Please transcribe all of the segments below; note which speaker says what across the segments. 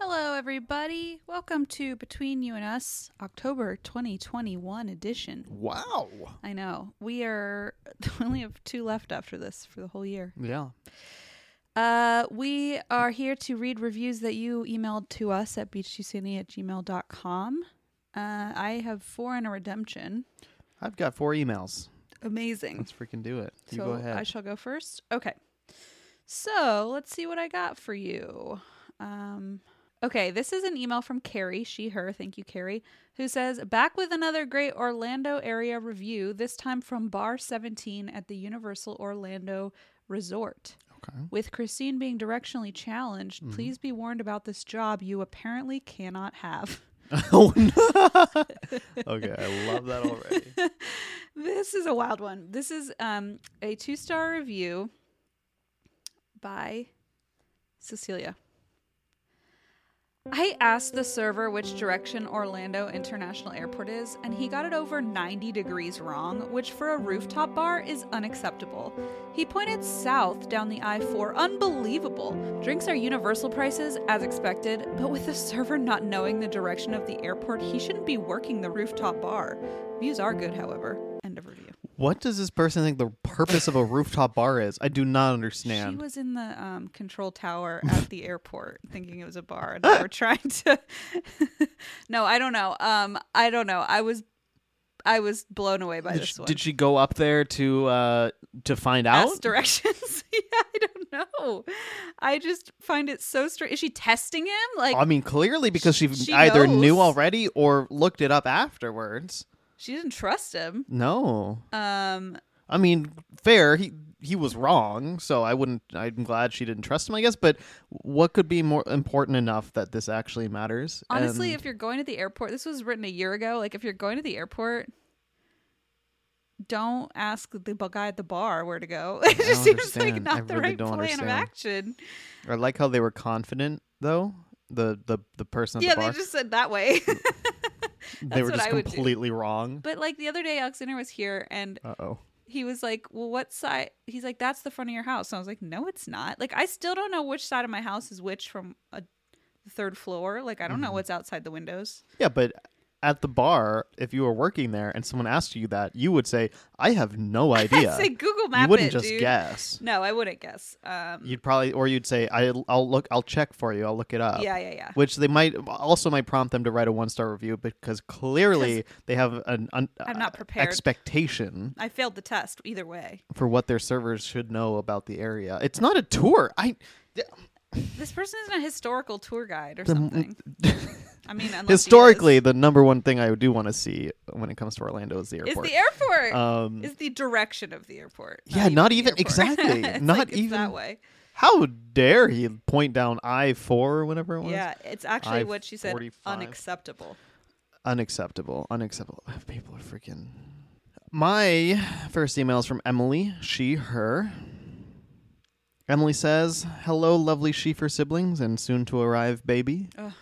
Speaker 1: Hello, everybody. Welcome to Between You and Us, October 2021 edition.
Speaker 2: Wow.
Speaker 1: I know we are we only have two left after this for the whole year.
Speaker 2: Yeah.
Speaker 1: Uh, we are here to read reviews that you emailed to us at beach2sandy at gmail.com. Uh, I have four and a redemption.
Speaker 2: I've got four emails.
Speaker 1: Amazing.
Speaker 2: Let's freaking do it. You
Speaker 1: so
Speaker 2: go ahead.
Speaker 1: I shall go first. Okay. So let's see what I got for you. Um, okay, this is an email from Carrie, she, her. Thank you, Carrie, who says, Back with another great Orlando area review, this time from Bar 17 at the Universal Orlando Resort.
Speaker 2: okay. Mm-hmm.
Speaker 1: With Christine being directionally challenged, please be warned about this job you apparently cannot have.
Speaker 2: oh, no. okay. I love that already.
Speaker 1: this is a wild one. This is um, a two star review by Cecilia. I asked the server which direction Orlando International Airport is, and he got it over 90 degrees wrong, which for a rooftop bar is unacceptable. He pointed south down the I 4. Unbelievable! Drinks are universal prices, as expected, but with the server not knowing the direction of the airport, he shouldn't be working the rooftop bar. Views are good, however. End of review.
Speaker 2: What does this person think the purpose of a rooftop bar is? I do not understand.
Speaker 1: She was in the um, control tower at the airport, thinking it was a bar, and they were trying to. no, I don't know. Um, I don't know. I was, I was blown away by
Speaker 2: did,
Speaker 1: this
Speaker 2: she,
Speaker 1: one.
Speaker 2: did she go up there to uh to find out?
Speaker 1: Ask directions? yeah, I don't know. I just find it so strange. Is she testing him? Like
Speaker 2: I mean, clearly because she,
Speaker 1: She
Speaker 2: either knew
Speaker 1: knows.
Speaker 2: already or looked it up afterwards.
Speaker 1: she didn't trust him.
Speaker 2: No.
Speaker 1: Um,
Speaker 2: I mean, fair. He he was wrong, so I wouldn't. I'm glad she didn't trust him, I guess. But what could be more important enough that this actually matters?
Speaker 1: honestly,
Speaker 2: And-
Speaker 1: if you're going to the airport, this was written a year ago. Like if you're going to the airport. Don't ask the bu- guy at the bar where to go. It just seems like
Speaker 2: understand. I
Speaker 1: not the
Speaker 2: really
Speaker 1: right
Speaker 2: don't
Speaker 1: plan
Speaker 2: understand.
Speaker 1: of action.
Speaker 2: I like how they were confident though. The the the person at
Speaker 1: yeah,
Speaker 2: the bar
Speaker 1: they just said that way.
Speaker 2: they were
Speaker 1: what
Speaker 2: just
Speaker 1: I would do.
Speaker 2: completely wrong.
Speaker 1: but like the other day, Alexander was here and
Speaker 2: Uh oh.
Speaker 1: he was like, "Well, what side?" He's like, "That's the front of your house." And I was like, "No, it's not." Like I still don't know which side of my house is which from a the third floor. Like I don't
Speaker 2: Mm-hmm.
Speaker 1: know what's outside the windows.
Speaker 2: Yeah, but at the bar, if you were working there and someone asked you that, you would say, "I have no idea."
Speaker 1: I'd say Google Map
Speaker 2: you wouldn't
Speaker 1: it,
Speaker 2: just
Speaker 1: dude.
Speaker 2: guess.
Speaker 1: No, I wouldn't guess. Um,
Speaker 2: You'd probably, or you'd say, I, "I'll look. I'll check for you. I'll look it up."
Speaker 1: yeah, yeah, yeah.
Speaker 2: Which they might also might prompt them to write a one star review because clearly they have an un,
Speaker 1: I'm not
Speaker 2: uh,
Speaker 1: prepared.
Speaker 2: expectation
Speaker 1: I failed the test either way.
Speaker 2: for what their servers should know about the area. It's not a tour. I
Speaker 1: This person isn't a historical tour guide or
Speaker 2: The m- mm,
Speaker 1: something. I mean, unless he is.
Speaker 2: historically the number one thing I do want to see when it comes to Orlando is the
Speaker 1: is
Speaker 2: airport.
Speaker 1: the airport.
Speaker 2: um,
Speaker 1: is the direction of the airport.
Speaker 2: Yeah, not
Speaker 1: the
Speaker 2: even-
Speaker 1: airport.
Speaker 2: exactly.
Speaker 1: It's
Speaker 2: Not
Speaker 1: like, it's
Speaker 2: even-
Speaker 1: that way.
Speaker 2: how dare he point down I four or whatever it was?
Speaker 1: Yeah, it's actually
Speaker 2: I
Speaker 1: what she said.
Speaker 2: 45.
Speaker 1: Unacceptable.
Speaker 2: unacceptable unacceptable people are freaking my first email is from emily she her emily says hello lovely she-fer siblings and soon to arrive baby
Speaker 1: Ugh.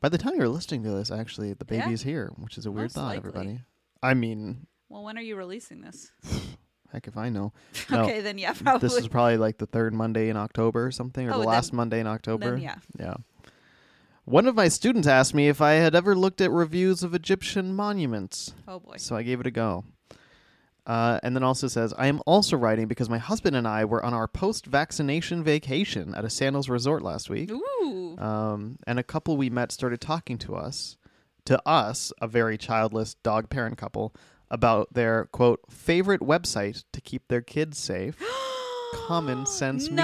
Speaker 2: by the time you're listening to this actually the baby
Speaker 1: Yeah.
Speaker 2: is here which is a weird
Speaker 1: Most
Speaker 2: thought
Speaker 1: likely.
Speaker 2: everybody i mean
Speaker 1: Well, when are you releasing this?
Speaker 2: heck if i know No,
Speaker 1: okay, then yeah, probably.
Speaker 2: this is probably like the third monday in october or something or
Speaker 1: Oh,
Speaker 2: the
Speaker 1: then-
Speaker 2: last monday in october
Speaker 1: then yeah.
Speaker 2: yeah one of my students asked me if i had ever looked at reviews of egyptian monuments
Speaker 1: Oh boy.
Speaker 2: So I gave it a go. Uh, and then also says, I am also writing because my husband and I were on our post vaccination vacation at a Sandals resort last week.
Speaker 1: Ooh.
Speaker 2: Um, and a couple we met started talking to us, to us, a very childless dog parent couple, about their quote, favorite website to keep their kids safe. Common Sense Media.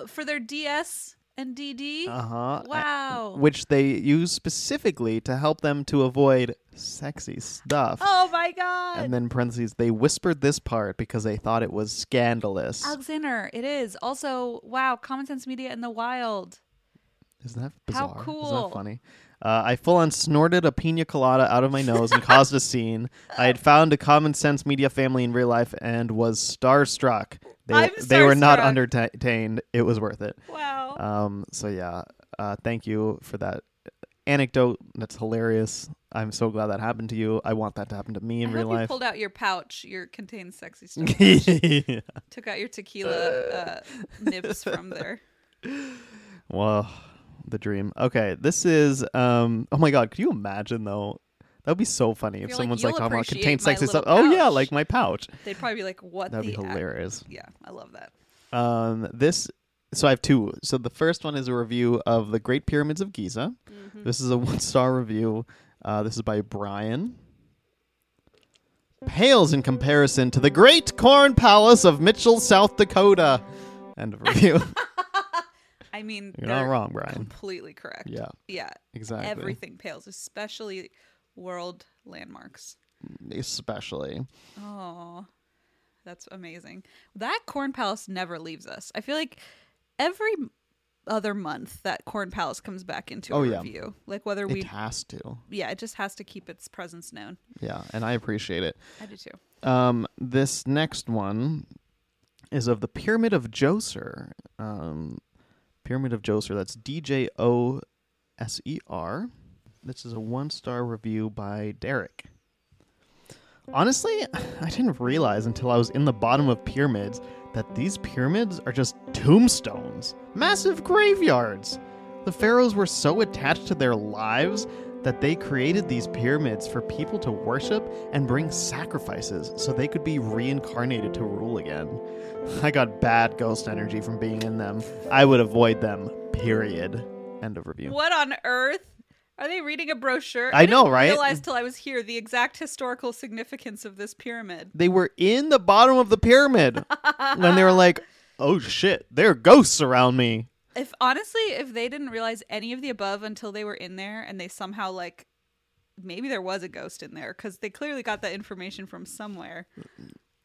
Speaker 1: No, for their DS and DD.
Speaker 2: Uh huh.
Speaker 1: Wow.
Speaker 2: Which they use specifically to help them to avoid sexy stuff.
Speaker 1: oh my god.
Speaker 2: And then parentheses, they whispered this part because they thought it was scandalous.
Speaker 1: Alexander, it is. Also, wow, Common Sense Media in the Wild.
Speaker 2: Isn't that
Speaker 1: How
Speaker 2: bizarre? Isn't
Speaker 1: cool.
Speaker 2: that funny? Uh, I full on snorted a pina colada out of my nose and caused a scene. I had found a common sense media family in real life and was starstruck. They,
Speaker 1: I'm
Speaker 2: they were not
Speaker 1: starstruck.
Speaker 2: entertained. It was worth it.
Speaker 1: Wow.
Speaker 2: Um, so yeah, uh, thank you for that anecdote. That's hilarious. I'm so glad that happened to you. I want that to happen to me in
Speaker 1: I
Speaker 2: real
Speaker 1: hope you
Speaker 2: life.
Speaker 1: pulled out your pouch, your contained sexy stuff.
Speaker 2: yeah.
Speaker 1: Took out your tequila uh, nibs from there.
Speaker 2: Well, the dream. Okay, this is. um Oh my god, could you imagine though? That would be so funny if
Speaker 1: You're like,
Speaker 2: someone's like,
Speaker 1: "You'll
Speaker 2: talking about
Speaker 1: appreciate
Speaker 2: contained
Speaker 1: my
Speaker 2: sexy
Speaker 1: little
Speaker 2: stuff. Oh yeah,
Speaker 1: pouch."
Speaker 2: like my pouch.
Speaker 1: They'd probably be like, "What
Speaker 2: That'd be
Speaker 1: the ac-
Speaker 2: hilarious.
Speaker 1: Yeah, I love that.
Speaker 2: Um, this. So I have two. So the first one is a review of the Great Pyramids of Giza.
Speaker 1: Mm-hmm.
Speaker 2: This is a one-star review. Uh, this is by Brian. Pales in comparison to the Great Corn Palace of Mitchell, South Dakota. End of review.
Speaker 1: I mean,
Speaker 2: You're not
Speaker 1: they're
Speaker 2: wrong, Brian.
Speaker 1: Completely correct.
Speaker 2: Yeah,
Speaker 1: Yeah.
Speaker 2: exactly.
Speaker 1: Everything pales, especially world landmarks.
Speaker 2: Especially.
Speaker 1: Oh, that's amazing. That corn palace never leaves us. I feel like every other month that corn palace comes back into
Speaker 2: Oh,
Speaker 1: a
Speaker 2: yeah.
Speaker 1: review. Like whether we,
Speaker 2: It has to.
Speaker 1: yeah, it just has to keep its presence known.
Speaker 2: Yeah, and I appreciate it.
Speaker 1: I do too.
Speaker 2: Um, this next one is of the Pyramid of Djoser. Um, Pyramid of Djoser. That's D J O S E R. This is a one-star review by Derek. Honestly, I didn't realize until I was in the bottom of pyramids that these pyramids are just tombstones, massive graveyards. The pharaohs were so attached to their lives that they created these pyramids for people to worship and bring sacrifices so they could be reincarnated to rule again. I got bad ghost energy from being in them. I would avoid them, period. End of review.
Speaker 1: What on earth? Are they reading a brochure?
Speaker 2: I know,
Speaker 1: didn't
Speaker 2: right?
Speaker 1: Realize till I was here the exact historical significance of this pyramid.
Speaker 2: They were in the bottom of the pyramid when they were like, oh shit, there are ghosts around me.
Speaker 1: If honestly, if they didn't realize any of the above until they were in there, and they somehow like, maybe there was a ghost in there because they clearly got that information from somewhere.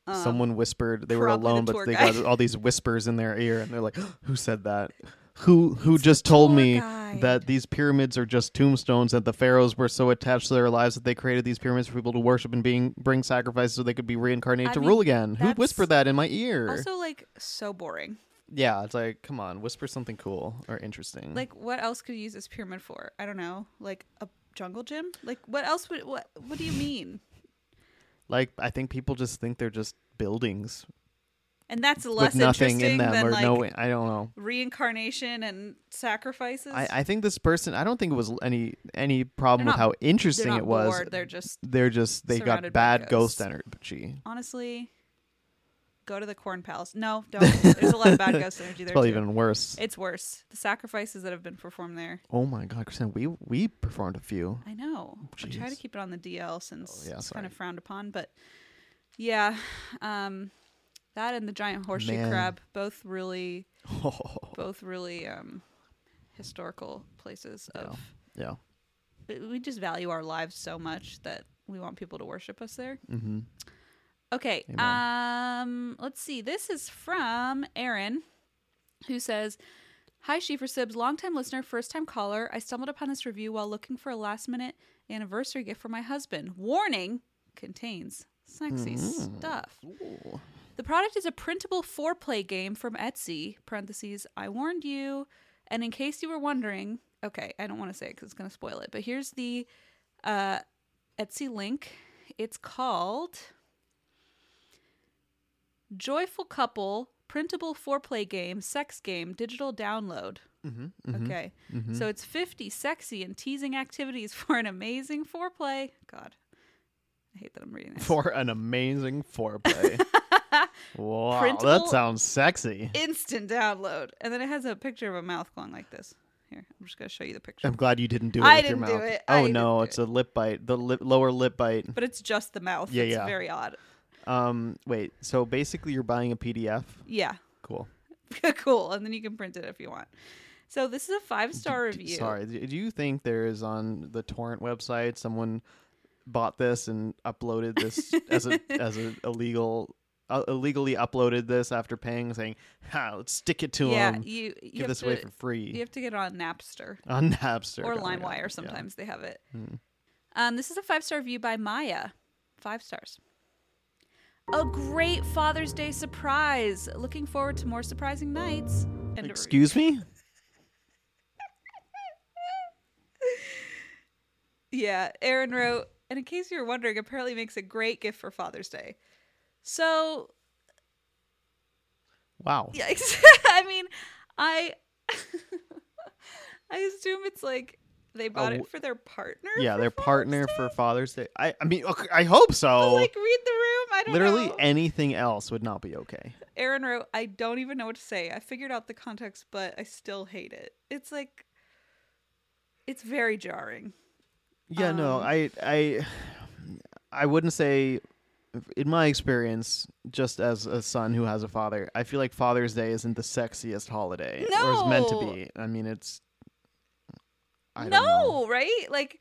Speaker 1: Um,
Speaker 2: Someone whispered they were
Speaker 1: probably the
Speaker 2: alone, but
Speaker 1: tour
Speaker 2: they
Speaker 1: guide.
Speaker 2: got all these whispers in their ear, and they're like, "Who said that? Who who just told
Speaker 1: tour
Speaker 2: me
Speaker 1: guide."
Speaker 2: that these pyramids are just tombstones? That the pharaohs were so attached to their lives that they created these pyramids for people to worship and being bring sacrifices so they could be reincarnated
Speaker 1: I
Speaker 2: to
Speaker 1: mean,
Speaker 2: rule again? Who
Speaker 1: that's
Speaker 2: whispered that in my ear?
Speaker 1: Also, like so boring.
Speaker 2: yeah, it's like, come on, whisper something cool or interesting.
Speaker 1: Like, what else could you use this pyramid for? I don't know. Like a jungle gym. Like, what else would what? What do you mean?
Speaker 2: like I think people just think they're just buildings
Speaker 1: And that's less
Speaker 2: with nothing
Speaker 1: interesting
Speaker 2: in them
Speaker 1: than
Speaker 2: or
Speaker 1: like
Speaker 2: no. I don't know.
Speaker 1: reincarnation and sacrifices.
Speaker 2: I, I think this person. I don't think it was any any problem
Speaker 1: They're
Speaker 2: with
Speaker 1: not-
Speaker 2: how interesting
Speaker 1: They're not
Speaker 2: it was.
Speaker 1: bored. They're just
Speaker 2: they're just they
Speaker 1: Surrounded
Speaker 2: got
Speaker 1: by
Speaker 2: bad
Speaker 1: ghosts.
Speaker 2: ghost energy.
Speaker 1: honestly go to the corn palace. No, don't. There's a lot of bad ghost energy
Speaker 2: It's
Speaker 1: there.
Speaker 2: probably
Speaker 1: too.
Speaker 2: even worse.
Speaker 1: It's worse. The sacrifices that have been performed there.
Speaker 2: oh my god, Kristen, we we performed a few.
Speaker 1: I know. I try to
Speaker 2: Jeez.
Speaker 1: keep it on the DL since
Speaker 2: Oh, yeah,
Speaker 1: it's kind
Speaker 2: sorry.
Speaker 1: of frowned upon, but yeah, um, that and the giant horseshoe
Speaker 2: Man.
Speaker 1: crab both really, both really um, historical places of.
Speaker 2: yeah.
Speaker 1: we- We just value our lives so much that we want people to worship us there.
Speaker 2: hmm
Speaker 1: Okay. Um, let's see. This is from Aaron, who says, "Hi, she for Sibs, longtime listener, first time caller. I stumbled upon this review while looking for a last minute anniversary gift for my husband. Warning: contains sexy stuff. The product is a printable foreplay game from Etsy. Parentheses. I warned you. And in case you were wondering, okay, I don't want to say it because it's going to spoil it. But here's the uh, Etsy link. It's called." Joyful Couple, printable foreplay game, sex game, digital download. Okay. So it's 50 sexy and teasing activities for an amazing foreplay. God, I hate that I'm reading this.
Speaker 2: For an amazing foreplay. wow, that
Speaker 1: Printable-
Speaker 2: sounds sexy.
Speaker 1: Instant download. And then it has a picture of a mouth going like this. Here, I'm just going to show you the picture.
Speaker 2: I'm glad you didn't do it
Speaker 1: I
Speaker 2: with
Speaker 1: didn't do
Speaker 2: your mouth.
Speaker 1: it. I
Speaker 2: Oh
Speaker 1: didn't
Speaker 2: no,
Speaker 1: do
Speaker 2: it's a lip bite. The lip, lower lip bite.
Speaker 1: But it's just the mouth.
Speaker 2: Yeah,
Speaker 1: it's
Speaker 2: yeah.
Speaker 1: very odd.
Speaker 2: Um, wait. So basically, you're buying a PDF.
Speaker 1: Yeah.
Speaker 2: Cool.
Speaker 1: cool. And then you can print it if you want. So this is a five star
Speaker 2: D-
Speaker 1: review.
Speaker 2: Sorry, d- do you think there is on the torrent website someone bought this and uploaded this as a as a illegal uh, illegally uploaded this after paying, saying, "Ha, let's stick it to
Speaker 1: yeah,
Speaker 2: them,
Speaker 1: you, you
Speaker 2: Um, give
Speaker 1: have
Speaker 2: this
Speaker 1: to,
Speaker 2: away for free
Speaker 1: you have to get it on Napster
Speaker 2: on Napster
Speaker 1: or
Speaker 2: Oh my God, yeah. Hmm.
Speaker 1: LimeWire. Sometimes they have it. Um, this is a five star review by Maya. Five stars. A great Father's Day surprise. Looking forward to more surprising nights. End of review.
Speaker 2: Excuse me?
Speaker 1: Yeah, Aaron wrote, and in case you were wondering, apparently makes a great gift for Father's Day. So,
Speaker 2: Wow.
Speaker 1: yeah, I mean, I I assume it's like they bought
Speaker 2: w-
Speaker 1: it for their partner.
Speaker 2: Oh, Yeah,
Speaker 1: for
Speaker 2: their
Speaker 1: Father's
Speaker 2: partner
Speaker 1: Day? Oh
Speaker 2: for Father's Day. I I mean, okay, I hope so.
Speaker 1: Like read the room. I don't
Speaker 2: Literally
Speaker 1: know.
Speaker 2: anything else would not be okay.
Speaker 1: Aaron wrote, I don't even know what to say. I figured out the context, but I still hate it. It's like, it's very jarring.
Speaker 2: Yeah, no,
Speaker 1: Um,
Speaker 2: I I I wouldn't say in my experience, just as a son who has a father, I feel like Father's Day isn't the sexiest holiday. Or is meant to
Speaker 1: No.
Speaker 2: be. I mean it's I don't know.
Speaker 1: no, right? Like,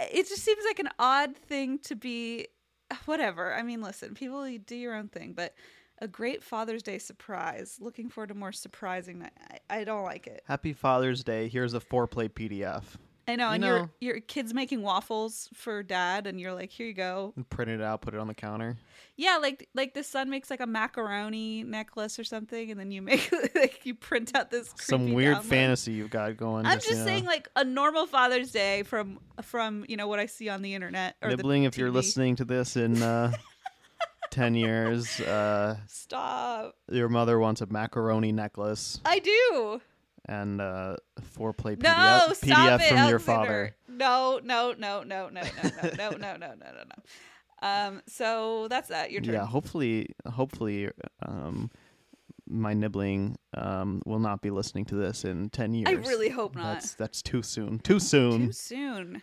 Speaker 1: it just seems like an odd thing to be, whatever. I mean, listen, people you do your own thing, but a great Father's Day surprise. Looking forward to more surprising. night. I, I don't like it.
Speaker 2: Happy Father's Day. Here's a foreplay PDF.
Speaker 1: I know.
Speaker 2: You
Speaker 1: And
Speaker 2: know.
Speaker 1: your your kid's making waffles for dad, and you're like, here you go.
Speaker 2: And print it out, put it on the counter.
Speaker 1: Yeah, like like the son makes like a macaroni necklace or something, and then you make like you print out this
Speaker 2: Some
Speaker 1: creepy
Speaker 2: weird
Speaker 1: download.
Speaker 2: fantasy you've got going.
Speaker 1: I'm just
Speaker 2: yeah.
Speaker 1: saying, like a normal Father's Day from from you know what I see on the internet or the
Speaker 2: nibbling if you're
Speaker 1: TV.
Speaker 2: listening to this in uh, 10 years uh,
Speaker 1: Stop!
Speaker 2: your mother wants a macaroni necklace
Speaker 1: I do.
Speaker 2: and uh, foreplay
Speaker 1: No,
Speaker 2: pdf,
Speaker 1: stop
Speaker 2: PDF
Speaker 1: it,
Speaker 2: from your
Speaker 1: Alexander.
Speaker 2: father
Speaker 1: No, no, no, no, no, no, no, no, no, no, no, no, no. Um, so that's that. Your turn.
Speaker 2: yeah hopefully hopefully um, my nibbling um, will not be listening to this in 10 years
Speaker 1: I really hope not.
Speaker 2: that's that's too soon too soon
Speaker 1: Too soon.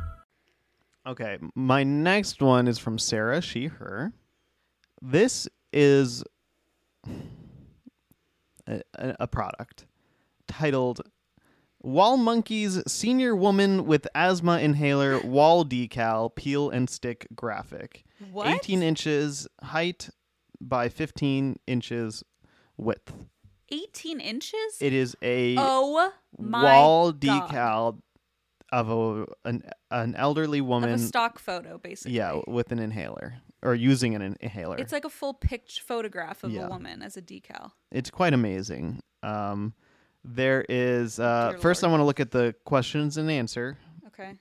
Speaker 2: Okay, my next one is from Sarah, she, her. This is a, a a product titled Wall Monkeys Senior Woman with Asthma Inhaler Wall Decal Peel and Stick Graphic.
Speaker 1: What?
Speaker 2: 18 inches height by 15 inches width.
Speaker 1: 18 inches.
Speaker 2: It is a
Speaker 1: oh my
Speaker 2: wall
Speaker 1: God.
Speaker 2: decal of a an, an elderly
Speaker 1: of
Speaker 2: woman
Speaker 1: a stock photo, basically.
Speaker 2: yeah, with an inhaler or using an in- inhaler.
Speaker 1: It's like a full picture photograph of
Speaker 2: Yeah.
Speaker 1: a woman as a decal.
Speaker 2: it's quite amazing. Um, there is uh,
Speaker 1: Dear
Speaker 2: first, I
Speaker 1: Lord.
Speaker 2: want to look at the questions and answer
Speaker 1: Okay.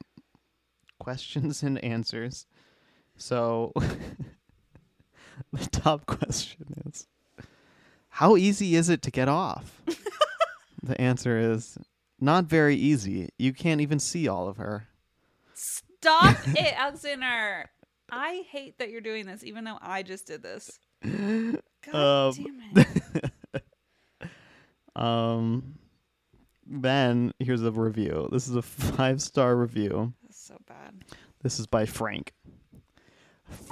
Speaker 2: questions and answers. So, the top question is, how easy is it to get off? the answer is not very easy. You can't even see all of her.
Speaker 1: Stop it, Alexander. I hate that you're doing this, even though I just did this. God damn it.
Speaker 2: Um, then here's a review. This is a five star review.
Speaker 1: That's so bad.
Speaker 2: This is by Frank.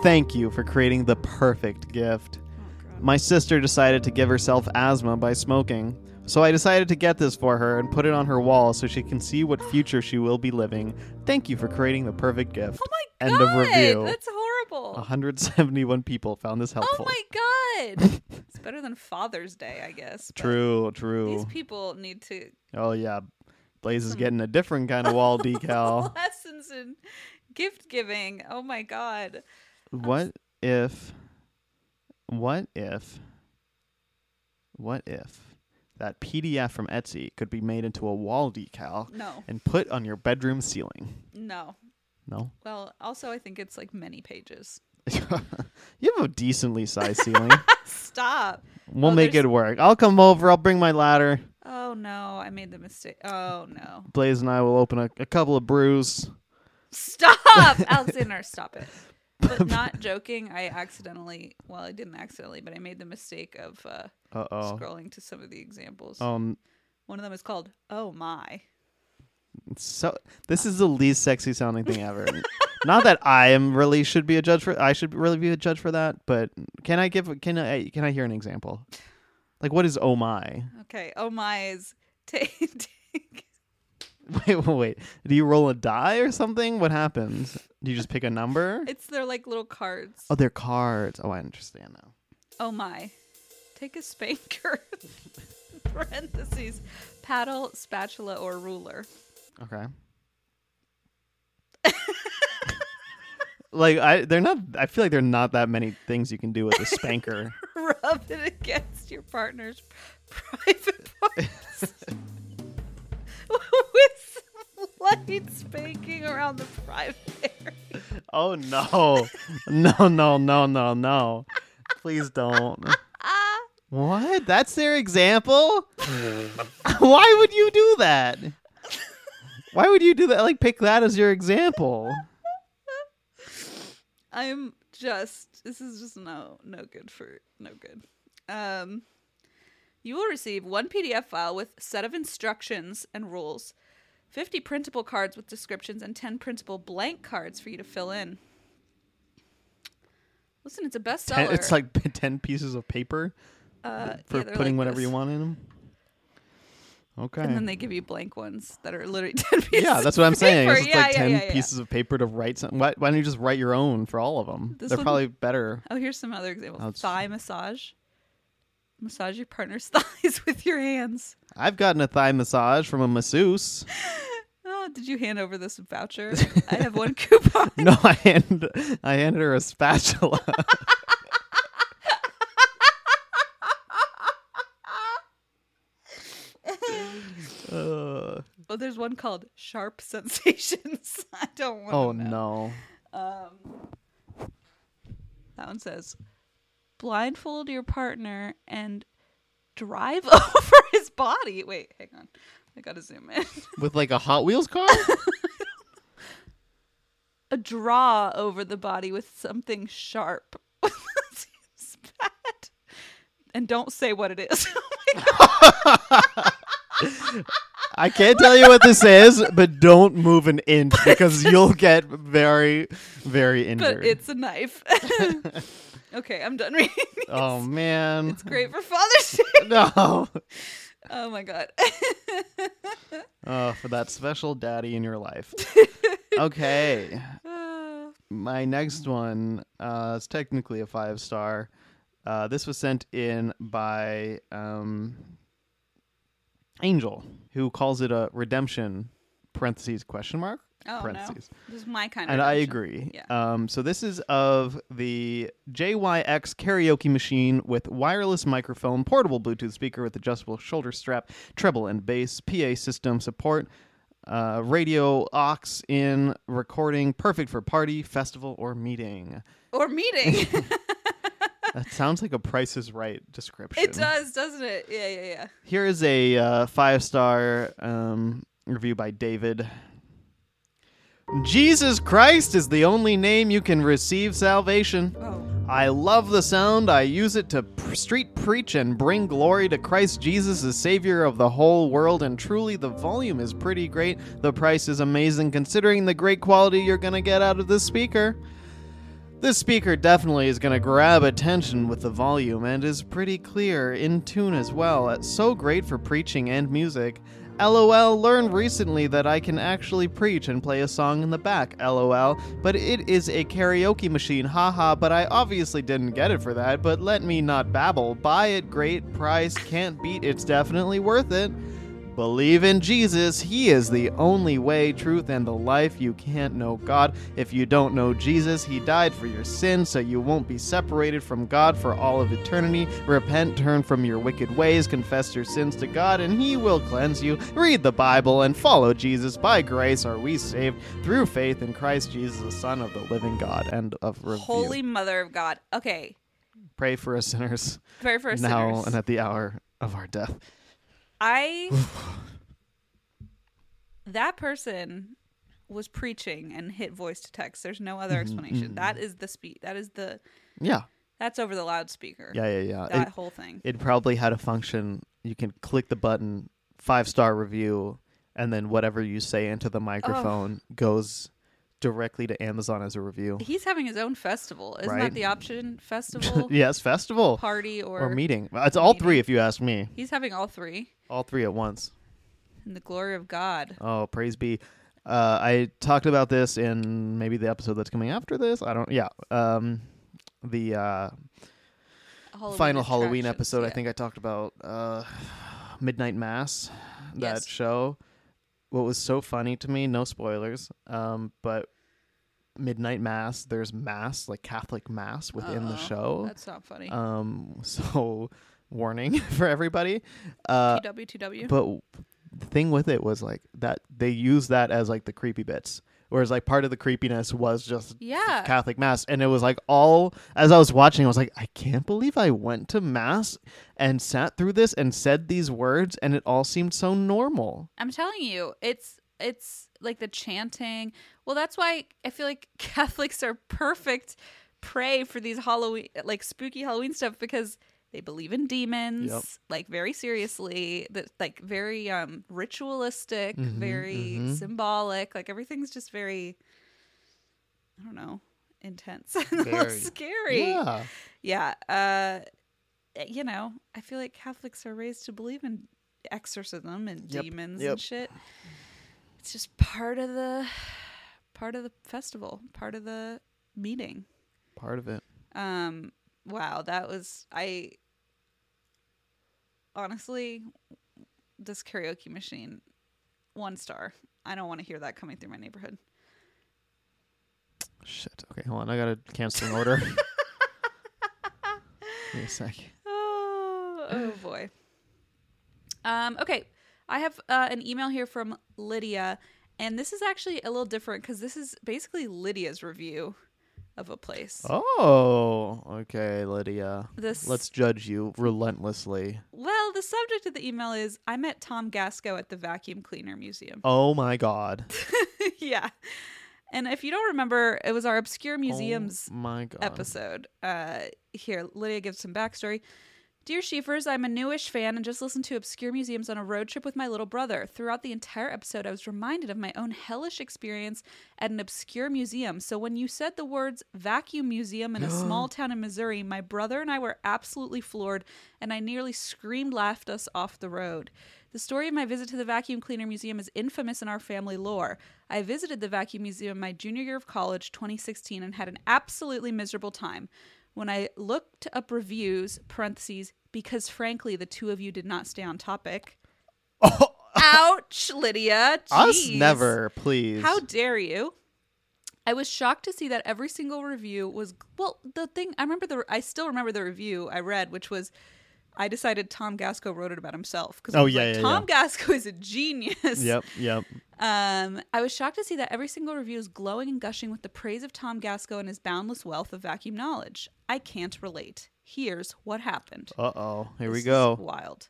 Speaker 2: Thank you for creating the perfect gift.
Speaker 1: Oh,
Speaker 2: My sister decided to give herself asthma by smoking, so I decided to get this for her and put it on her wall so she can see what future she will be living. Thank you for creating the perfect gift.
Speaker 1: Oh my
Speaker 2: End
Speaker 1: god.
Speaker 2: of review.
Speaker 1: That's horrible.
Speaker 2: 171 people found this
Speaker 1: Oh
Speaker 2: helpful.
Speaker 1: my god. it's better than Father's Day, I guess. but
Speaker 2: True, true.
Speaker 1: These people need to
Speaker 2: Oh yeah, Blaze
Speaker 1: Hmm.
Speaker 2: is getting a different kind of wall decal.
Speaker 1: lessons in gift giving. Oh my god.
Speaker 2: what if? What if? What if that PDF from Etsy could be made into a wall decal
Speaker 1: No.
Speaker 2: and put on your bedroom ceiling?
Speaker 1: No.
Speaker 2: No,
Speaker 1: Well, also I think it's like many pages.
Speaker 2: you have a decently sized ceiling.
Speaker 1: Stop.
Speaker 2: We'll
Speaker 1: Oh,
Speaker 2: make
Speaker 1: there's-
Speaker 2: it work. I'll come over. I'll bring my ladder.
Speaker 1: Oh, oh no, I made the mistake. Oh no.
Speaker 2: Blaze and I will open a, a couple of brews.
Speaker 1: Stop, Alexander, stop it. But not joking, I accidentally, well, I didn't accidentally, but I made the mistake of uh,
Speaker 2: Uh oh.
Speaker 1: scrolling to some of the examples.
Speaker 2: Um,
Speaker 1: One of them is called "Oh My."
Speaker 2: so this is the least sexy sounding thing ever. Not that I am really should be a judge for. I should really be a judge for that. But can I give? Can I? Can I hear an example? Like what is oh my?
Speaker 1: Okay, "Oh My" is take. take
Speaker 2: Wait, wait, wait. Do you roll a die or something? What happens? Do you just pick a number?
Speaker 1: it's their like little cards.
Speaker 2: Oh, they're cards. Oh, I understand now.
Speaker 1: Oh my. Take a spanker. Parentheses. Paddle, spatula, or ruler.
Speaker 2: Okay. like I, they're not. I feel like there are not that many things you can do with a spanker.
Speaker 1: Rub it against your partner's private parts. With some light spanking around the private area.
Speaker 2: oh no, no, no, no, no, no! Please don't. What? That's their example? Why would you do that? Why would you do that? Like pick that as your example.
Speaker 1: I'm just this is just no no good for no good. Um you will receive one PDF file with set of instructions and rules, 50 printable cards with descriptions and 10 printable blank cards for you to fill in. Listen, it's a
Speaker 2: Ten-
Speaker 1: bestseller.
Speaker 2: it's like ten pieces of paper
Speaker 1: uh,
Speaker 2: for
Speaker 1: yeah, they're
Speaker 2: putting
Speaker 1: like
Speaker 2: whatever you
Speaker 1: this.
Speaker 2: want in them. Okay.
Speaker 1: And then they give you blank ones that are literally 10 pieces.
Speaker 2: yeah, that's what I'm saying. It's
Speaker 1: paper.
Speaker 2: just
Speaker 1: Yeah,
Speaker 2: like
Speaker 1: yeah,
Speaker 2: ten
Speaker 1: yeah, yeah.
Speaker 2: pieces of paper to write something. Why, why don't you just write your own for all of them?
Speaker 1: This
Speaker 2: They're
Speaker 1: one-
Speaker 2: probably better.
Speaker 1: Oh, here's some other examples.
Speaker 2: Oh, it's-
Speaker 1: Thigh massage. Massage your partner's thighs with your hands.
Speaker 2: I've gotten a thigh massage from a masseuse.
Speaker 1: Oh, did you hand over this voucher? I have one coupon.
Speaker 2: No, I hand I handed her a spatula. Uh,
Speaker 1: Oh, there's one called Sharp Sensations. I don't want.
Speaker 2: oh
Speaker 1: know.
Speaker 2: no.
Speaker 1: That one says, blindfold your partner and drive over his body. Wait, hang on. I gotta zoom in.
Speaker 2: With like a Hot Wheels car?
Speaker 1: A draw over the body with something sharp. Seems bad. And don't say what it is. Oh my God.
Speaker 2: I can't tell you what this is, but don't move an inch because you'll get very, very injured.
Speaker 1: but it's a knife. okay, I'm done reading.
Speaker 2: oh man.
Speaker 1: It's great for Father's Day.
Speaker 2: No.
Speaker 1: Oh my God.
Speaker 2: Oh, for that special daddy in your life. okay.
Speaker 1: Uh,
Speaker 2: My next one uh, is technically a five star. Uh, this was sent in by um, Angel, who calls it a redemption parentheses question mark
Speaker 1: oh no.
Speaker 2: parentheses.
Speaker 1: This is my kind of
Speaker 2: And I
Speaker 1: redemption.
Speaker 2: agree.
Speaker 1: Yeah.
Speaker 2: Um, so this is of the JYX karaoke machine with wireless microphone, portable Bluetooth speaker with adjustable shoulder strap, treble and bass, PA system support, uh, radio aux in recording, perfect for party, festival, or meeting.
Speaker 1: or meeting.
Speaker 2: That sounds like a Price is Right description.
Speaker 1: it does, doesn't it? Yeah, yeah, yeah.
Speaker 2: Here is a uh, five star um, review by David. Jesus Christ is the only name you can receive salvation.
Speaker 1: Oh,
Speaker 2: I love the sound. I use it to p- street preach and bring glory to Christ Jesus as Savior of the whole world. And truly, the volume is pretty great. The price is amazing considering the great quality you're going to get out of this speaker. This speaker definitely is going to grab attention with the volume and is pretty clear, in tune as well. It's so great for preaching and music. LOL learned recently that I can actually preach and play a song in the back, LOL, but it is a karaoke machine, haha, but I obviously didn't get it for that, but let me not babble. Buy it, great price, can't beat, it's definitely worth it. Believe in Jesus. He is the only way, truth, and the life. You can't know God if you don't know Jesus. He died for your sins so you won't be separated from God for all of eternity. Repent, turn from your wicked ways, confess your sins to God, and He will cleanse you. Read the Bible and follow Jesus. By grace are we saved through faith in Christ Jesus, the Son of the living God. End of review.
Speaker 1: holy mother of God. Okay.
Speaker 2: Pray for us sinners
Speaker 1: Very first
Speaker 2: now
Speaker 1: sinners.
Speaker 2: and at the hour of our death.
Speaker 1: I that person was preaching and hit voice to text. There's no
Speaker 2: Mm-hmm,
Speaker 1: other explanation. That is the speed. That is the
Speaker 2: Yeah.
Speaker 1: that's over the loudspeaker.
Speaker 2: Yeah, yeah, yeah.
Speaker 1: That
Speaker 2: It-
Speaker 1: whole thing.
Speaker 2: it probably had a function you can click the button five star review and then whatever you say into the microphone goes directly to amazon as a review
Speaker 1: He's having his own festival. Isn't
Speaker 2: Right.
Speaker 1: that the option? Festival,
Speaker 2: yes festival
Speaker 1: party, or,
Speaker 2: or meeting it's all three if you ask me
Speaker 1: He's having all three
Speaker 2: all three at once
Speaker 1: in the glory of God.
Speaker 2: oh praise be uh, i talked about this in maybe the episode that's coming after this i don't yeah um the uh
Speaker 1: Halloween
Speaker 2: final Halloween
Speaker 1: attractions,
Speaker 2: episode, I
Speaker 1: yeah.
Speaker 2: think I talked about uh, Midnight Mass, that
Speaker 1: Yes.
Speaker 2: show. What was so funny to me, no spoilers, um, but Midnight Mass, there's Mass, like Catholic Mass within the show.
Speaker 1: Uh-huh. That's not funny.
Speaker 2: Um, so, warning for everybody. Uh,
Speaker 1: TWTW.
Speaker 2: but the thing with it was like that they used that as like the creepy bits. Whereas like part of the creepiness was just
Speaker 1: Yeah.
Speaker 2: Catholic mass, and it was like all as I was watching, I was like, I can't believe I went to mass and sat through this and said these words, and it all seemed so normal.
Speaker 1: I'm telling you, it's it's like the chanting. Well, that's why I feel like Catholics are perfect prey for these Halloween like spooky Halloween stuff because they believe in demons
Speaker 2: Yep.
Speaker 1: like very seriously that like very um ritualistic
Speaker 2: Mm-hmm,
Speaker 1: very symbolic like everything's just very i don't know intense and
Speaker 2: Very.
Speaker 1: scary
Speaker 2: Yeah,
Speaker 1: yeah uh you know i feel like catholics are raised to believe in exorcism and
Speaker 2: Yep,
Speaker 1: demons
Speaker 2: yep.
Speaker 1: and shit it's just part of the part of the festival part of the meeting
Speaker 2: part of it.
Speaker 1: um wow that was i honestly this karaoke machine one star i don't want to hear that coming through my neighborhood
Speaker 2: Shit. Okay, hold on. I gotta cancel an order. Wait a sec.
Speaker 1: Oh, oh boy. Um, okay, I have uh, an email here from Lydia, and this is actually a little different because this is basically Lydia's review of a place.
Speaker 2: Oh, okay, Lydia.
Speaker 1: This-
Speaker 2: Let's judge you relentlessly.
Speaker 1: Well, the subject of the email is I met Tom Gasco at the Vacuum Cleaner Museum.
Speaker 2: Oh my God. Oh.
Speaker 1: yeah. And if you don't remember, it was our Obscure Museums
Speaker 2: Oh my God.
Speaker 1: episode. Uh, here, Lydia gives some backstory. Dear Schiefers, I'm a newish fan and just listened to Obscure Museums on a road trip with my little brother. Throughout the entire episode, I was reminded of my own hellish experience at an obscure museum. So when you said the words vacuum museum in a small town in Missouri, my brother and I were absolutely floored and I nearly screamed laughed us off the road. The story of my visit to the Vacuum Cleaner Museum is infamous in our family lore. I visited the Vacuum Museum my junior year of college, 2016, and had an absolutely miserable time. When I looked up reviews, parentheses, because frankly, the two of you did not stay on topic. Ouch, Lydia.
Speaker 2: Us
Speaker 1: Jeez.
Speaker 2: never, please.
Speaker 1: How dare you? I was shocked to see that every single review was well. The thing I remember the I still remember the review I read, which was I decided Tom Gasco wrote it about himself because
Speaker 2: Oh,
Speaker 1: was
Speaker 2: yeah,
Speaker 1: like,
Speaker 2: yeah,
Speaker 1: Tom Gasco is a genius.
Speaker 2: Yep, yep.
Speaker 1: Um, I was shocked to see that every single review is glowing and gushing with the praise of Tom Gasco and his boundless wealth of vacuum knowledge. I can't relate. Here's what happened.
Speaker 2: Uh oh. Here we
Speaker 1: This is
Speaker 2: go.
Speaker 1: wild.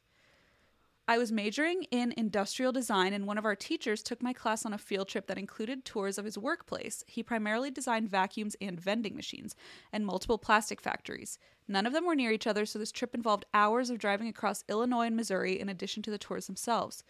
Speaker 1: I was majoring in industrial design, and one of our teachers took my class on a field trip that included tours of his workplace. He primarily designed vacuums and vending machines, and multiple plastic factories. None of them were near each other, so this trip involved hours of driving across Illinois and Missouri in addition to the tours themselves.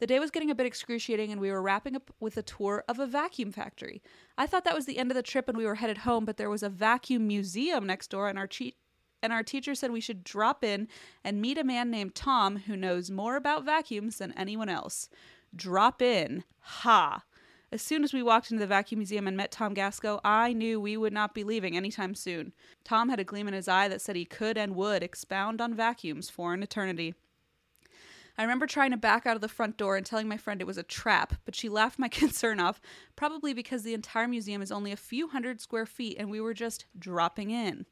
Speaker 1: The day was getting a bit excruciating, and we were wrapping up with a tour of a vacuum factory. I thought that was the end of the trip, and we were headed home, but there was a vacuum museum next door, and our cheat and our teacher said we should drop in and meet a man named Tom who knows more about vacuums than anyone else. Drop in. Ha. As soon as we walked into the vacuum museum and met Tom Gasco, I knew we would not be leaving anytime soon. Tom had a gleam in his eye that said he could and would expound on vacuums for an eternity. I remember trying to back out of the front door and telling my friend it was a trap, but she laughed my concern off, probably because the entire museum is only a few hundred square feet and we were just dropping in.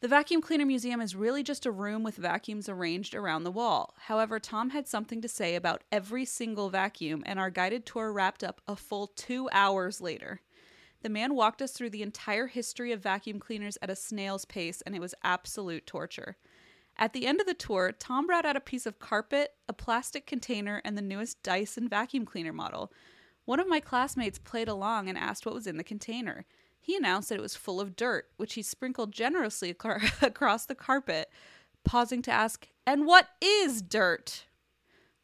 Speaker 1: The Vacuum Cleaner Museum is really just a room with vacuums arranged around the wall. However, Tom had something to say about every single vacuum, and our guided tour wrapped up a full two hours later. The man walked us through the entire history of vacuum cleaners at a snail's pace, and it was absolute torture. At the end of the tour, Tom brought out a piece of carpet, a plastic container, and the newest Dyson vacuum cleaner model. One of my classmates played along and asked what was in the container. He announced that it was full of dirt, which he sprinkled generously acar- across the carpet, pausing to ask, And what is dirt?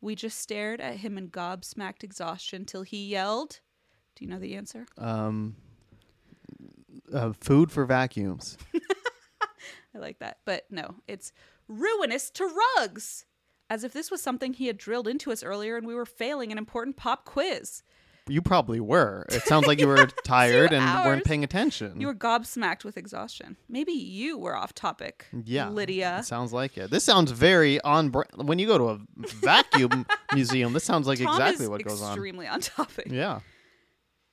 Speaker 1: We just stared at him in gobsmacked exhaustion till he yelled, Do you know the answer?
Speaker 2: Um, uh, food for vacuums.
Speaker 1: I like that. But no, it's ruinous to rugs. As if this was something he had drilled into us earlier and we were failing an important pop quiz.
Speaker 2: You probably were. It sounds like you were tired and
Speaker 1: hours.
Speaker 2: weren't paying attention.
Speaker 1: You were gobsmacked with exhaustion. Maybe you were off topic.
Speaker 2: yeah,
Speaker 1: Lydia.
Speaker 2: it sounds like it. This sounds very on brand. When you go to a vacuum museum, this sounds like
Speaker 1: Tom
Speaker 2: exactly
Speaker 1: is
Speaker 2: what goes on.
Speaker 1: extremely on topic.
Speaker 2: Yeah.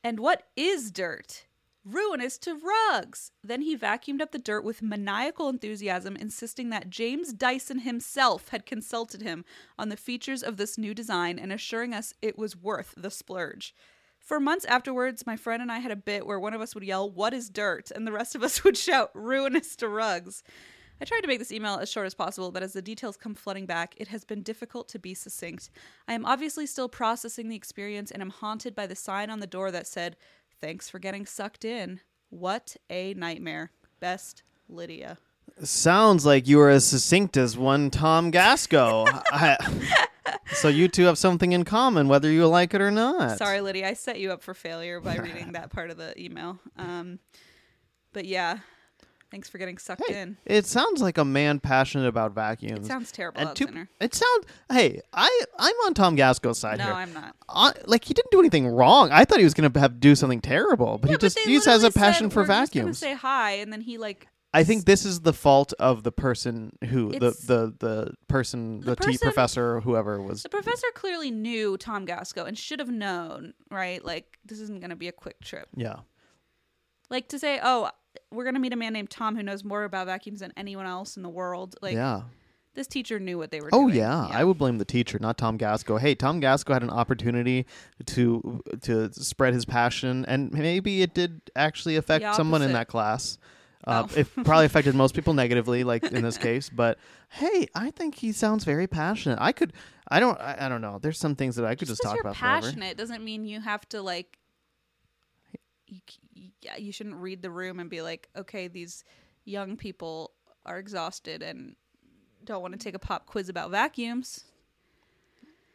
Speaker 1: And what is dirt? Ruinous to rugs. Then he vacuumed up the dirt with maniacal enthusiasm, insisting that James Dyson himself had consulted him on the features of this new design and assuring us it was worth the splurge. For months afterwards, my friend and I had a bit where one of us would yell, What is dirt? and the rest of us would shout, Ruinous to rugs. I tried to make this email as short as possible, but as the details come flooding back, it has been difficult to be succinct. I am obviously still processing the experience and am haunted by the sign on the door that said, Thanks for getting sucked in. What a nightmare. Best Lydia.
Speaker 2: Sounds like you were as succinct as one Tom Gasco. I, so you two have something in common, whether you like it or not.
Speaker 1: Sorry, Lydia, I set you up for failure by reading that part of the email. Um, but yeah, thanks for getting sucked in.
Speaker 2: It sounds like a man passionate about vacuums.
Speaker 1: sounds terrible
Speaker 2: And
Speaker 1: out
Speaker 2: two-
Speaker 1: center.
Speaker 2: It sounds. Hey, I I'm on Tom Gasco's side
Speaker 1: No,
Speaker 2: here.
Speaker 1: I'm not.
Speaker 2: On- like he didn't do anything wrong. I thought he was gonna have do something terrible, but he
Speaker 1: Yeah, but
Speaker 2: just
Speaker 1: they
Speaker 2: he just has a
Speaker 1: literally
Speaker 2: passion
Speaker 1: said,
Speaker 2: for
Speaker 1: "We're just gonna
Speaker 2: vacuums.
Speaker 1: say hi, and then he like
Speaker 2: I think this is the fault of the person who the
Speaker 1: It's-
Speaker 2: the the person the, tea
Speaker 1: person-
Speaker 2: professor or whoever was.
Speaker 1: The professor clearly knew Tom Gasco and should have known, right? Like this isn't going to be a quick trip.
Speaker 2: Yeah.
Speaker 1: Like to say, "Oh, we're going to meet a man named Tom who knows more about vacuums than anyone else in the world." Like
Speaker 2: yeah.
Speaker 1: this teacher knew what they were
Speaker 2: Oh
Speaker 1: doing.
Speaker 2: yeah. I would blame the teacher, not Tom Gasco. Hey, Tom Gasco had an opportunity to to spread his passion, and maybe it did actually affect
Speaker 1: The
Speaker 2: someone in
Speaker 1: opposite. Oh.
Speaker 2: that class. Uh, It probably affected most people negatively, like in this case. But hey, I think he sounds very passionate. I could, I don't, I, I don't know. There's some things that I could just,
Speaker 1: Just 'cause
Speaker 2: talk
Speaker 1: you're
Speaker 2: about
Speaker 1: passionate
Speaker 2: forever.
Speaker 1: doesn't mean you have to like you, c- yeah, you shouldn't read the room and be like, "Okay, these young people are exhausted and don't want to take a pop quiz about vacuums."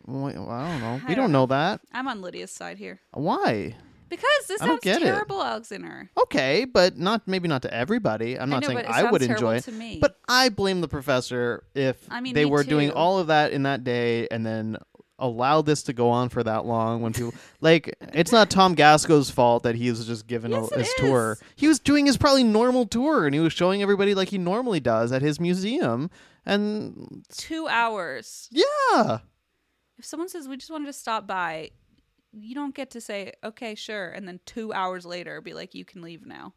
Speaker 2: Well, I don't know. We don't know that.
Speaker 1: I'm on Lydia's side here.
Speaker 2: Why?
Speaker 1: Because this
Speaker 2: I don't
Speaker 1: sounds
Speaker 2: get it.
Speaker 1: terrible, Alexander.
Speaker 2: Okay, but not maybe not to everybody. I'm not
Speaker 1: know,
Speaker 2: saying
Speaker 1: but it
Speaker 2: I would
Speaker 1: sounds terrible
Speaker 2: enjoy it.
Speaker 1: to me.
Speaker 2: But I blame the professor if
Speaker 1: I mean,
Speaker 2: they
Speaker 1: me
Speaker 2: were doing
Speaker 1: too.
Speaker 2: all of that in that day and then allow this to go on for that long when people like it's not Tom Gasco's fault that he was just given
Speaker 1: Yes,
Speaker 2: a,
Speaker 1: it
Speaker 2: his
Speaker 1: is.
Speaker 2: tour. He was doing his probably normal tour and he was showing everybody like he normally does at his museum and uh,
Speaker 1: Two hours.
Speaker 2: yeah.
Speaker 1: if someone says we just wanted to stop by you don't get to say okay sure and then two hours later be like you can leave now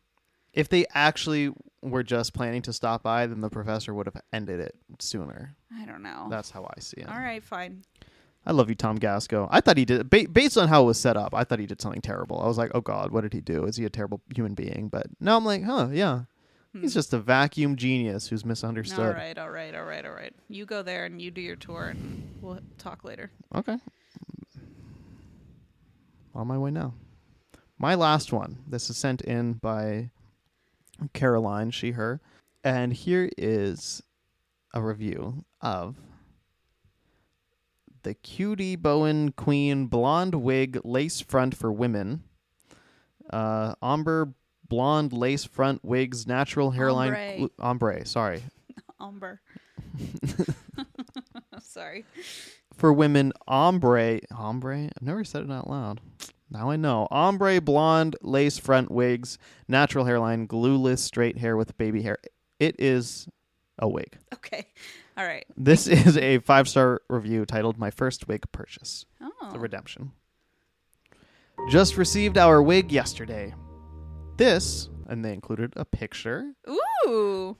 Speaker 2: If they actually were just planning to stop by, then the professor would have ended it sooner.
Speaker 1: i don't know
Speaker 2: That's how I see it.
Speaker 1: all right fine
Speaker 2: I love you, Tom Gasco. I thought he did, ba- based on how it was set up, I thought he did something terrible. I was like, oh God, what did he do? Is he a terrible human being? But now I'm like, huh, yeah. He's just a vacuum genius who's misunderstood.
Speaker 1: all right all right all right all right you go there and you do your tour and we'll talk later
Speaker 2: Okay. On my way now. My last one. This is sent in by Caroline, she, her. And here is a review of the Cutie Bowen Queen Blonde Wig Lace Front for Women. Uh, ombre Blonde Lace Front Wigs Natural Hairline.
Speaker 1: Ombre.
Speaker 2: glu- ombre, sorry.
Speaker 1: umber sorry
Speaker 2: for women ombre ombre i've never said it out loud now i know ombre blonde lace front wigs natural hairline glueless straight hair with baby hair it is a wig
Speaker 1: okay all right
Speaker 2: this is a five star review titled my first wig purchase
Speaker 1: oh
Speaker 2: the redemption just received our wig yesterday this and they included a picture Oh,
Speaker 1: ooh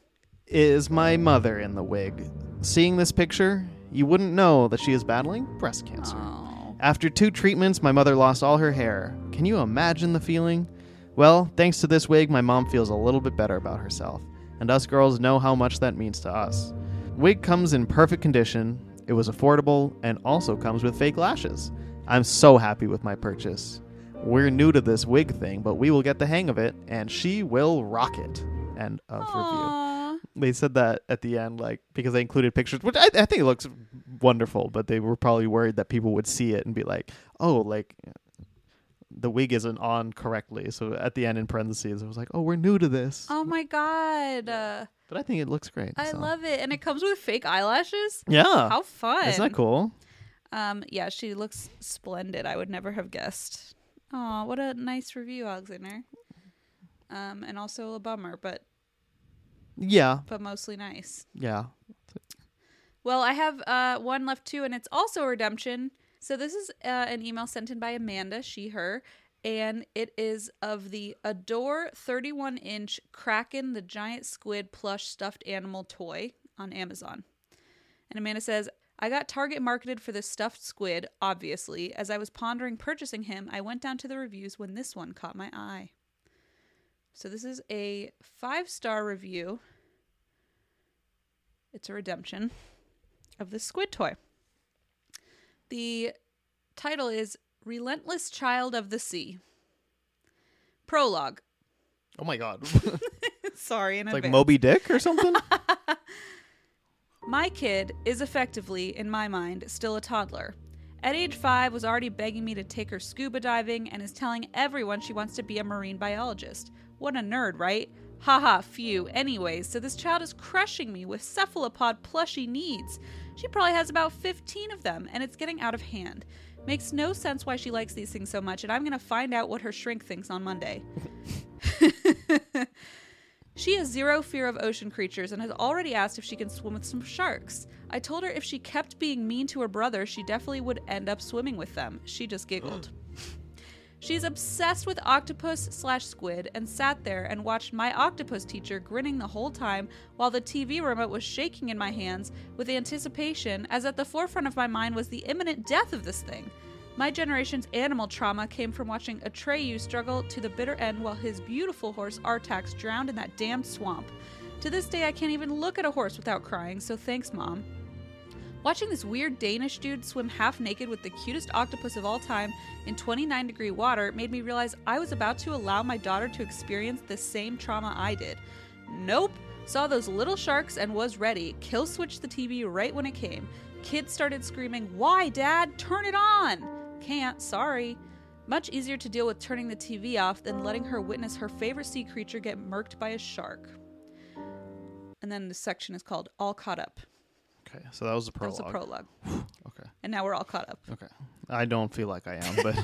Speaker 2: is my mother in the wig seeing this picture you wouldn't know that she is battling breast cancer
Speaker 1: oh
Speaker 2: after two treatments, my mother lost all her hair. Can you imagine the feeling? Well, thanks to this wig, my mom feels a little bit better about herself, and us girls know how much that means to us. Wig comes in perfect condition. It was affordable and also comes with fake lashes. I'm so happy with my purchase. We're new to this wig thing, but we will get the hang of it, and she will rock it. End of review.
Speaker 1: Aw.
Speaker 2: They said that at the end, like because they included pictures, which I, I think it looks wonderful, but they were probably worried that people would see it and be like, "Oh, like the wig isn't on correctly." So at the end, in parentheses, it was like, "Oh, we're new to this,"
Speaker 1: Oh my god. Uh,
Speaker 2: but I think it looks great.
Speaker 1: I
Speaker 2: so.
Speaker 1: love it. And it comes with fake eyelashes?
Speaker 2: Yeah,
Speaker 1: How fun.
Speaker 2: Isn't that cool?
Speaker 1: Um, yeah, she looks splendid. I would never have guessed. Aw, what a nice review, Alexander. Um, and also a bummer, but
Speaker 2: Yeah,
Speaker 1: but mostly nice.
Speaker 2: yeah.
Speaker 1: Well, I have uh, one left too, and it's also a redemption. So this is uh, an email sent in by Amanda, she, her, and it is of the Adore 31 inch Kraken the Giant Squid plush stuffed animal toy on Amazon. And Amanda says, I got Target marketed for this stuffed squid, obviously. As I was pondering purchasing him, I went down to the reviews when this one caught my eye. So this is a five star review. It's a redemption of the squid toy. The title is Relentless Child of the Sea. Prologue.
Speaker 2: Oh my god, it's
Speaker 1: Sorry in
Speaker 2: like
Speaker 1: advance.
Speaker 2: Moby Dick or something.
Speaker 1: My kid is effectively, in my mind, still a toddler. At age five, was already begging me to take her scuba diving and is telling everyone she wants to be a marine biologist. What a nerd, right? Haha, phew. Anyways, so this child is crushing me with cephalopod plushy needs. She probably has about 15 of them, and it's getting out of hand. Makes no sense why she likes these things so much, and I'm gonna find out what her shrink thinks on Monday. She has zero fear of ocean creatures and has already asked if she can swim with some sharks. I told her if she kept being mean to her brother, she definitely would end up swimming with them. She just giggled. She's obsessed with octopus slash squid and sat there and watched my octopus teacher grinning the whole time while the TV remote was shaking in my hands with anticipation, as at the forefront of my mind was the imminent death of this thing. My generation's animal trauma came from watching Atreyu struggle to the bitter end while his beautiful horse Artax drowned in that damned swamp. To this day, I can't even look at a horse without crying, so thanks, Mom. Watching this weird Danish dude swim half naked with the cutest octopus of all time in 29 degree water made me realize I was about to allow my daughter to experience the same trauma I did. Nope. Saw those little sharks and was ready. Kill switched the TV right when it came. Kids started screaming, Why, Dad? Turn it on! Can't, sorry. Much easier to deal with turning the TV off than letting her witness her favorite sea creature get murked by a shark. And then the section is called All Caught Up.
Speaker 2: okay, so that was a
Speaker 1: That was
Speaker 2: prologue.
Speaker 1: a prologue.
Speaker 2: Okay,
Speaker 1: And now we're all caught up.
Speaker 2: okay. I don't feel like I am, but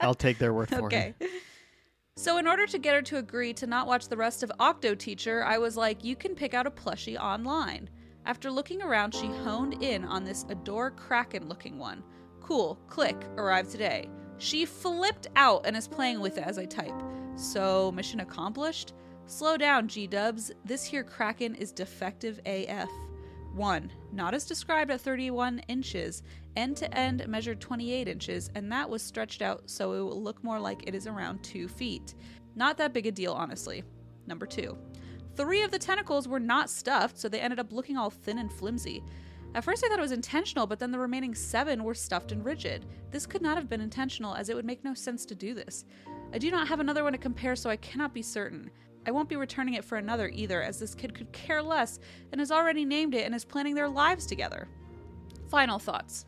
Speaker 2: I'll take their word for
Speaker 1: Okay. So, in order to get her to agree to not watch the rest of Octo Teacher, I was like, you can pick out a plushie online. After looking around, she honed in on this Adore Kraken looking one. Cool, click, arrived today. She flipped out and is playing with it as I type. So, mission accomplished? Slow down, G Dubs. This here Kraken is defective AF. 1. Not as described at 31 inches. End to end measured 28 inches, and that was stretched out so it will look more like it is around 2 feet. Not that big a deal, honestly. Number 2. Three of the tentacles were not stuffed, so they ended up looking all thin and flimsy. At first, I thought it was intentional, but then the remaining seven were stuffed and rigid. This could not have been intentional, as it would make no sense to do this. I do not have another one to compare, so I cannot be certain. I won't be returning it for another either, as this kid could care less and has already named it and is planning their lives together. Final thoughts.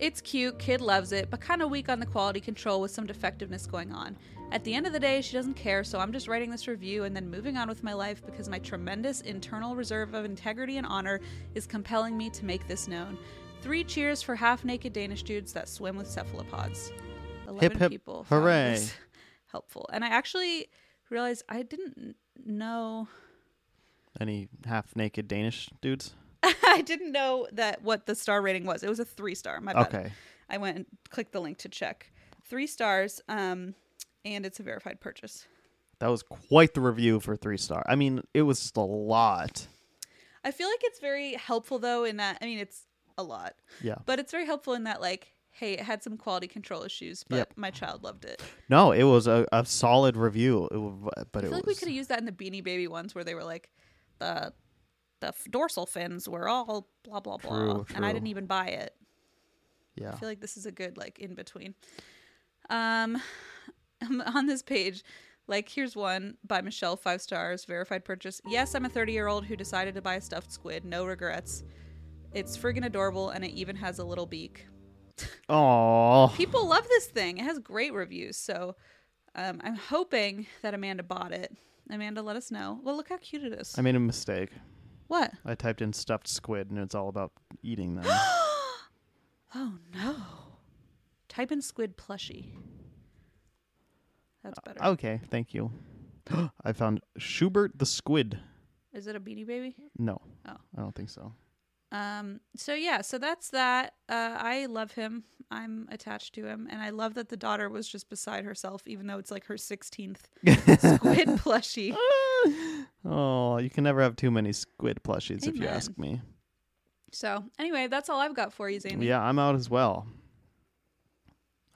Speaker 1: It's cute, kid loves it, but kind of weak on the quality control with some defectiveness going on. At the end of the day, she doesn't care, so I'm just writing this review and then moving on with my life because my tremendous internal reserve of integrity and honor is compelling me to make this known. Three cheers for half naked Danish dudes that swim with cephalopods. 11
Speaker 2: hip,
Speaker 1: people. found
Speaker 2: hooray.
Speaker 1: this Helpful. And I actually realized I didn't n- know.
Speaker 2: it. Any half-naked Danish dudes?
Speaker 1: I didn't know that what the star rating was. It was a three star. My bad.
Speaker 2: Okay.
Speaker 1: I went and clicked the link to check. Three stars, um, and it's a verified purchase.
Speaker 2: That was quite the review for three star. I mean, it was just a lot.
Speaker 1: I feel like it's very helpful though in that I mean it's a lot,
Speaker 2: Yeah.
Speaker 1: but it's very helpful in that like hey it had some quality control issues, but
Speaker 2: Yep.
Speaker 1: my child loved it.
Speaker 2: No, it was a, a solid review. It, wa- but
Speaker 1: I
Speaker 2: it
Speaker 1: feel like we
Speaker 2: was
Speaker 1: could have used that in the Beanie Baby ones where they were like the the f- dorsal fins were all blah blah blah,
Speaker 2: True,
Speaker 1: and I
Speaker 2: true.
Speaker 1: didn't even buy it.
Speaker 2: Yeah.
Speaker 1: I feel like this is a good like in between. Um, on this page, like here's one by Michelle, five stars, verified purchase. Yes, I'm a 30 year old who decided to buy a stuffed squid. No regrets. It's friggin' adorable, and it even has a little beak.
Speaker 2: Aw.
Speaker 1: People love this thing. It has great reviews, so um, I'm hoping that Amanda bought it. Amanda, let us know. Well, look how cute it is.
Speaker 2: I made a mistake.
Speaker 1: what?
Speaker 2: I typed in stuffed squid and it's all about eating them.
Speaker 1: Oh no! Type in squid plushie. That's better.
Speaker 2: okay, thank you. I found Schubert the squid.
Speaker 1: Is it a beanie baby?
Speaker 2: No.
Speaker 1: Oh.
Speaker 2: I don't think so.
Speaker 1: Um, so yeah, so that's that. Uh, I love him. I'm attached to him, and I love that the daughter was just beside herself, even though it's like her 16th squid plushie.
Speaker 2: Oh, you can never have too many squid plushies if you
Speaker 1: Amen.
Speaker 2: ask me.
Speaker 1: So anyway, that's all I've got for you, Zane.
Speaker 2: Yeah, I'm out as well.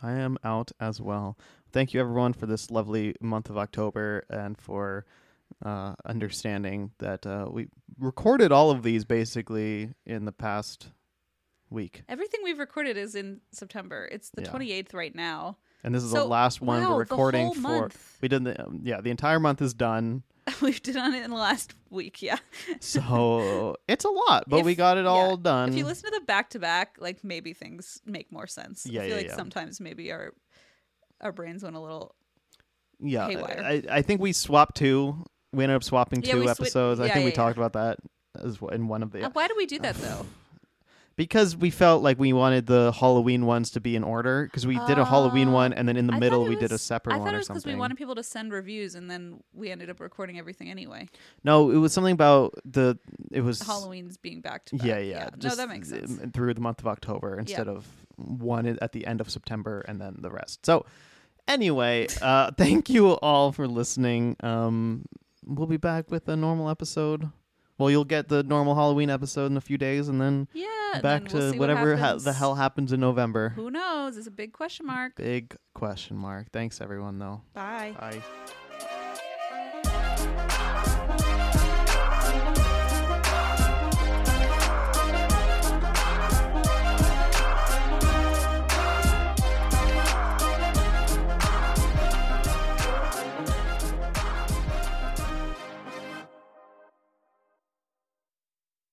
Speaker 2: I am out as well. Thank you, everyone, for this lovely month of October and for uh, understanding that uh, we recorded all of these basically in the past week.
Speaker 1: Everything we've recorded is in September. It's the
Speaker 2: Yeah.
Speaker 1: 28th right now.
Speaker 2: And this is the
Speaker 1: So,
Speaker 2: last one
Speaker 1: wow, the
Speaker 2: we're recording
Speaker 1: whole
Speaker 2: for.
Speaker 1: month.
Speaker 2: We did the um, yeah, the entire month is done.
Speaker 1: We've done it in the last week. Yeah.
Speaker 2: So it's a lot, but we
Speaker 1: If-
Speaker 2: got it all
Speaker 1: yeah.
Speaker 2: done.
Speaker 1: If you listen to the back to back, like maybe things make more sense. I
Speaker 2: Yeah,
Speaker 1: feel
Speaker 2: yeah,
Speaker 1: like
Speaker 2: yeah.
Speaker 1: sometimes maybe our our brains went a little
Speaker 2: yeah,
Speaker 1: haywire.
Speaker 2: I, I think we swapped two. We ended up swapping
Speaker 1: Yeah,
Speaker 2: two
Speaker 1: we swi-
Speaker 2: episodes. I
Speaker 1: yeah,
Speaker 2: think we
Speaker 1: yeah, yeah.
Speaker 2: talked about that as w- in one of the
Speaker 1: Uh, Why do we do that though?
Speaker 2: because we felt like we wanted the Halloween ones to be in order because we did a Halloween one and then in the
Speaker 1: Oh. I
Speaker 2: middle
Speaker 1: thought it
Speaker 2: we did a
Speaker 1: was-
Speaker 2: separate
Speaker 1: I thought it
Speaker 2: one or
Speaker 1: was because
Speaker 2: something.
Speaker 1: we wanted people to send reviews, and then we ended up recording everything anyway.
Speaker 2: No, it was something about the it was
Speaker 1: Halloween's being back to back.
Speaker 2: Yeah, yeah. Just
Speaker 1: no, that makes
Speaker 2: th-
Speaker 1: sense.
Speaker 2: Through the month of October instead of one i- at the end of September and then the rest. So, anyway, uh, thank you all for listening. Um, we'll be back with a normal episode. Well, you'll get the normal Halloween episode in a few days, and then
Speaker 1: Yeah, and
Speaker 2: back
Speaker 1: then we'll
Speaker 2: to
Speaker 1: see what
Speaker 2: whatever ha- the
Speaker 1: happens.
Speaker 2: hell happens in November.
Speaker 1: Who knows? It's a big question mark.
Speaker 2: Big question mark. Thanks, everyone, though.
Speaker 1: Bye.
Speaker 2: Bye.